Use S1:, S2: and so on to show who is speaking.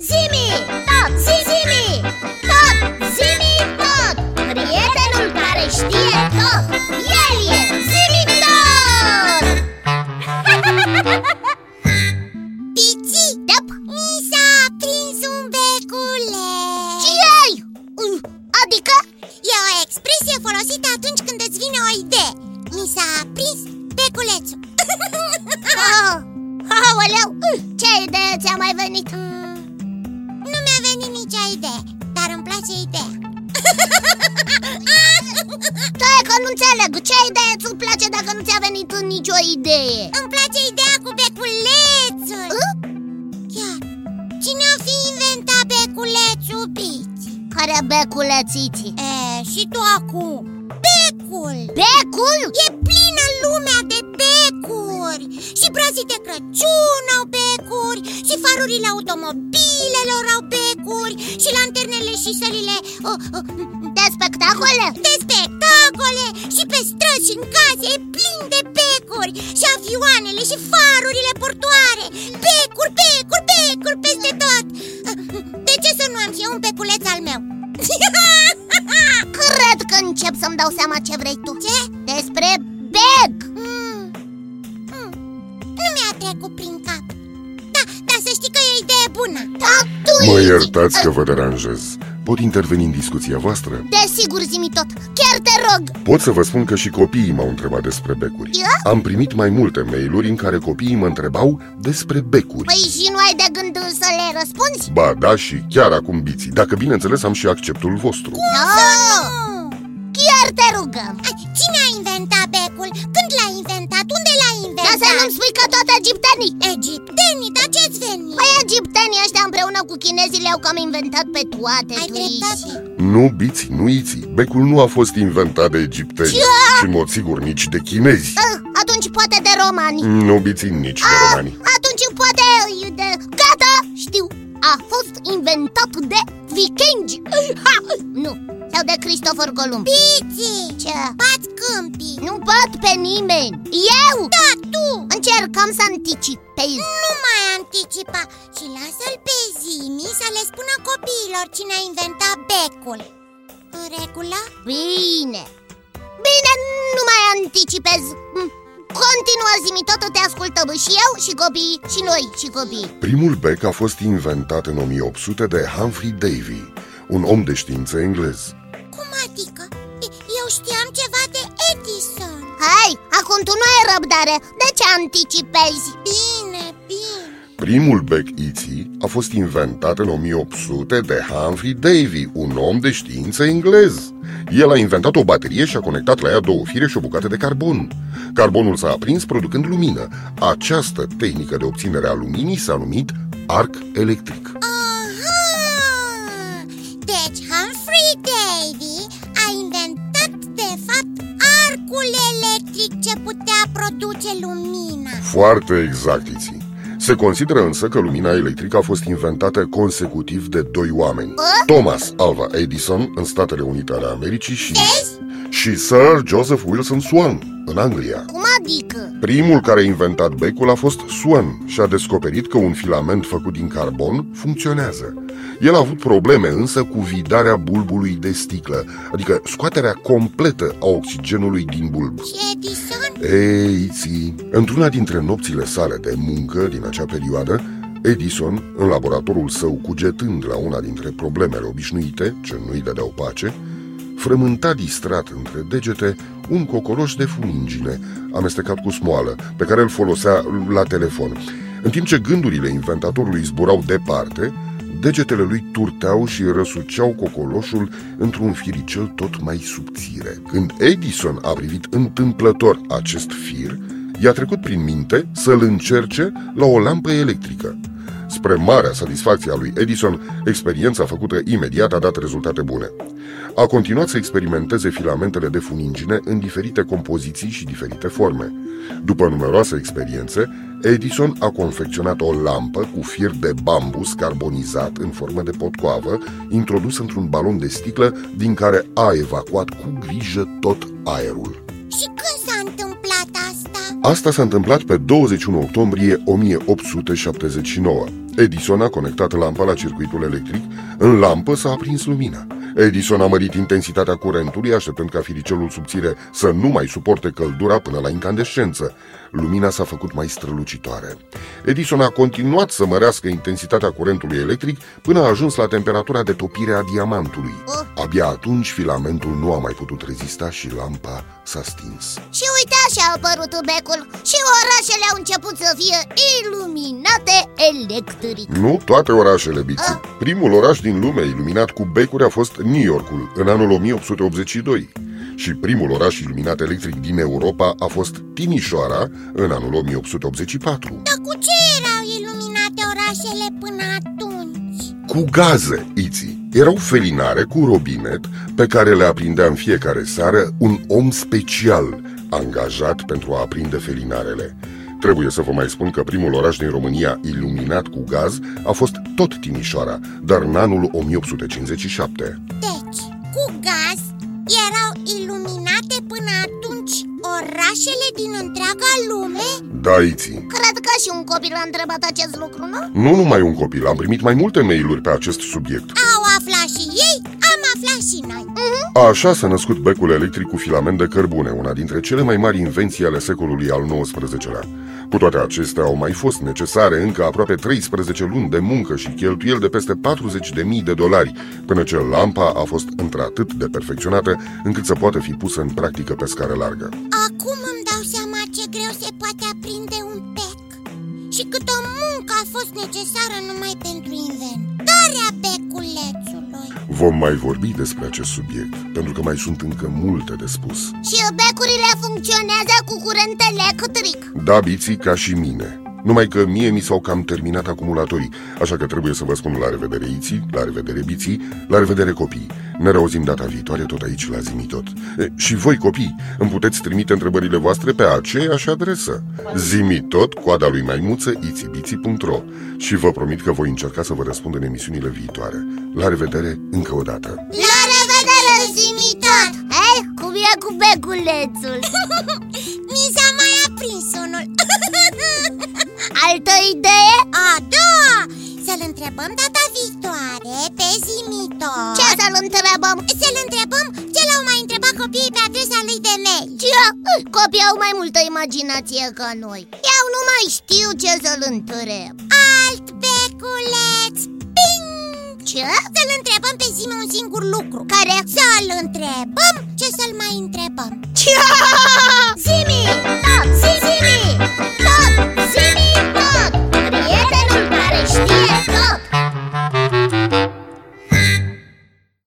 S1: Zimi, tot, zi- zimi, tot, zimi, tot Prietenul care știe tot, el e zimi tot Pici, dăp Mi s-a prins un beculeț Ce ai? Adică? E o expresie folosită atunci când îți vine o idee Mi s-a prins beculețul oh, Aoleu, ce idee ți-a mai venit? Nu mi-a venit nicio idee, dar îmi place ideea Stai Da, că nu înțeleg, ce idee ți place dacă nu ți-a venit nicio idee? Îmi place ideea cu beculețul Chiar, cine a fi inventat beculețul, Bici? Care beculețiți? E, și tu acum Becul Becul? E plină lumea de becuri Și brazii de Crăciun au becuri Și farurile automobilelor au becuri Și lanternele și sălile uh, uh, De spectacole? De spectacole Și pe străzi și în case e plin de becuri Și avioanele și farurile portoare Becuri, becuri, becuri peste tot Uh, De ce să nu am și eu un beculeț al meu? Cred că încep să-mi dau seama ce vrei tu Ce? Despre bec mm. Mm. Nu mi-a trecut prin cap Da, dar să știi că e o idee bună Tatuici!
S2: Mă iertați că vă deranjez. Pot interveni în discuția voastră?
S1: Desigur, zimi tot, chiar te rog
S2: Pot să vă spun că și copiii m-au întrebat despre becuri.
S1: Ia?
S2: Am primit mai multe mail-uri în care copiii mă întrebau despre becuri.
S1: Păi și nu ai de gând să le răspunzi?
S2: Ba da și chiar acum biții, dacă bineînțeles am și acceptul vostru.
S1: Nu! Da. Chiar te rugăm Cine a inventat becul? Când l-a inventat? Unde l-a inventat? Dar să nu-mi spui că tot egiptenii Egiptenii? Dar ce-ți veni? Păi egiptenii ăștia împreună cu chinezii le-au cam inventat pe toate
S3: Ai
S1: tu
S3: dreptate.
S1: ici.
S2: Nu biți, nu iții. Becul nu a fost inventat de egipteni și, în mod sigur, nici de chinezi.
S1: Ah, Atunci poate de romani
S2: Nu biți nici de
S1: Ah,
S2: romani.
S1: Atunci poate e de... Gata, știu A fost inventat de vikingi ha! Nu, sau de Cristofor Columb
S3: Piții,
S1: Ce?
S3: bați câmpii
S1: Nu bat pe nimeni Eu? Da, tu Încercam să anticipez
S3: Nu mai anticipa și lasă-l pe Zimi să le spună copiilor cine a inventat becul În regulă?
S1: Bine Bine, nu mai anticipez Mm. Continuă zimi, tot te ascultăm și eu și copiii și noi și copiii
S2: Primul bec a fost inventat în 1800 de Humphrey Davy, un om de știință englez.
S3: Cum adică? E- Eu știam ceva de Edison
S1: Hai, acum tu nu ai răbdare De ce anticipezi?
S3: Bine, bine
S2: Primul bec iții a fost inventat în 1800 de Humphrey Davy, un om de știință englez. El a inventat o baterie și a conectat la ea două fire și o bucată de carbon. Carbonul s-a aprins producând lumină. Această tehnică de obținere a luminii s-a numit arc electric.
S3: Aha! Deci Humphrey Davy a inventat de fapt arcul electric ce putea produce lumina
S2: Foarte exact, Iții. Se consideră însă că lumina electrică a fost inventată consecutiv de doi oameni. Thomas Alva Edison în Statele Unite ale Americii și,
S1: Deci?
S2: și Sir Joseph Wilson Swan în Anglia.
S1: Cum adică?
S2: Primul care a inventat becul a fost Swan și a descoperit că un filament făcut din carbon funcționează. El a avut probleme însă cu vidarea bulbului de sticlă, adică scoaterea completă a oxigenului din bulb.
S3: Și Edison
S2: Ei, ții. Într-una dintre nopțile sale de muncă din acea perioadă, Edison, în laboratorul său cugetând la una dintre problemele obișnuite, ce nu-i dădeau pace, frământa distrat între degete un cocoloș de funingine, amestecat cu smoală, pe care îl folosea la telefon. În timp ce gândurile inventatorului zburau departe, degetele lui turteau și răsuceau cocoloșul într-un firicel tot mai subțire. Când Edison a privit întâmplător acest fir, i-a trecut prin minte să-l încerce la o lampă electrică. Spre marea satisfacție a lui Edison, experiența făcută imediat a dat rezultate bune. A continuat să experimenteze filamentele de funingine în diferite compoziții și diferite forme. După numeroase experiențe, Edison a confecționat o lampă cu fir de bambus carbonizat în formă de potcoavă, introdus într-un balon de sticlă din care a evacuat cu grijă tot aerul.
S3: Și când s-a întâmplat asta?
S2: Asta s-a întâmplat pe 21 octombrie 1879. Edison a conectat lampa la circuitul electric, în lampă s-a aprins lumina. Edison a mărit intensitatea curentului, așteptând ca firicelul subțire să nu mai suporte căldura până la incandescență. Lumina s-a făcut mai strălucitoare. Edison a continuat să mărească intensitatea curentului electric până a ajuns la temperatura de topire a diamantului. Abia atunci filamentul nu a mai putut rezista și lampa s-a stins.
S1: Și uite așa a apărut becul Și orașele au început să fie iluminate electric
S2: Nu toate orașele, Biții. Primul oraș din lume iluminat cu becuri a fost New Yorkul, în anul 1882. Și primul oraș iluminat electric din Europa a fost Timișoara, în anul 1884.
S3: Dar cu ce erau iluminate orașele până atunci?
S2: Cu gaze, Iții. Erau felinare cu robinet pe care le aprindea în fiecare seară un om special angajat pentru a aprinde felinarele. Trebuie să vă mai spun că primul oraș din România iluminat cu gaz a fost tot Timișoara, dar în anul 1857.
S3: Deci, cu gaz erau iluminate până atunci orașele din întreaga lume?
S2: Da, Iții,
S1: Cred că și un copil a întrebat acest lucru, nu?
S2: Nu numai un copil, am primit mai multe mail-uri pe acest subiect.
S3: Au aflat și ei, am aflat și noi
S2: Așa s-a născut becul electric cu filament de cărbune, una dintre cele mai mari invenții ale secolului al XIX-lea. Cu toate acestea, au mai fost necesare încă aproape 13 luni de muncă și cheltuieli de peste 40.000 de dolari, până ce lampa a fost într-atât de perfecționată încât să poată fi pusă în practică pe scară largă.
S3: Acum îmi dau seama ce greu se poate aprinde un bec Și câtă muncă a fost necesară numai pentru inventarea beculețului
S2: Vom mai vorbi despre acest subiect, pentru că mai sunt încă multe de spus.
S1: Și becurile funcționează cu curent electric
S2: Da, biții ca și mine. Numai că mie mi s-au cam terminat acumulatorii, așa că trebuie să vă spun la revedere iții, la revedere biții, la revedere copii. Ne reauzim data viitoare tot aici la Zimitot. E, și voi copii, îmi puteți trimite întrebările voastre pe aceeași adresă. Zimitot, coada lui maimuță, itibiții.ro Și vă promit că voi încerca să vă răspund în emisiunile viitoare. La revedere încă o dată!
S1: La revedere, zimitat! Hei, cum e cu beculețul?
S3: Mi s-a mai aprins unul
S1: Altă idee?
S3: A, da! Să-l întrebăm data viitoare pe Zimito
S1: Ce să-l întrebăm?
S3: Să-l întrebăm ce l-au mai întrebat copiii pe adresa lui de mail
S1: Ce? Copiii au mai multă imaginație ca noi Eu nu mai știu ce să-l întreb
S3: Alt beculeț, ping!
S1: Ce?
S3: Să-l întrebăm pe Zimi un singur lucru
S1: Care?
S3: Să-l întrebăm ce să-l mai întrebăm
S1: Ce? Zimi! Zimi!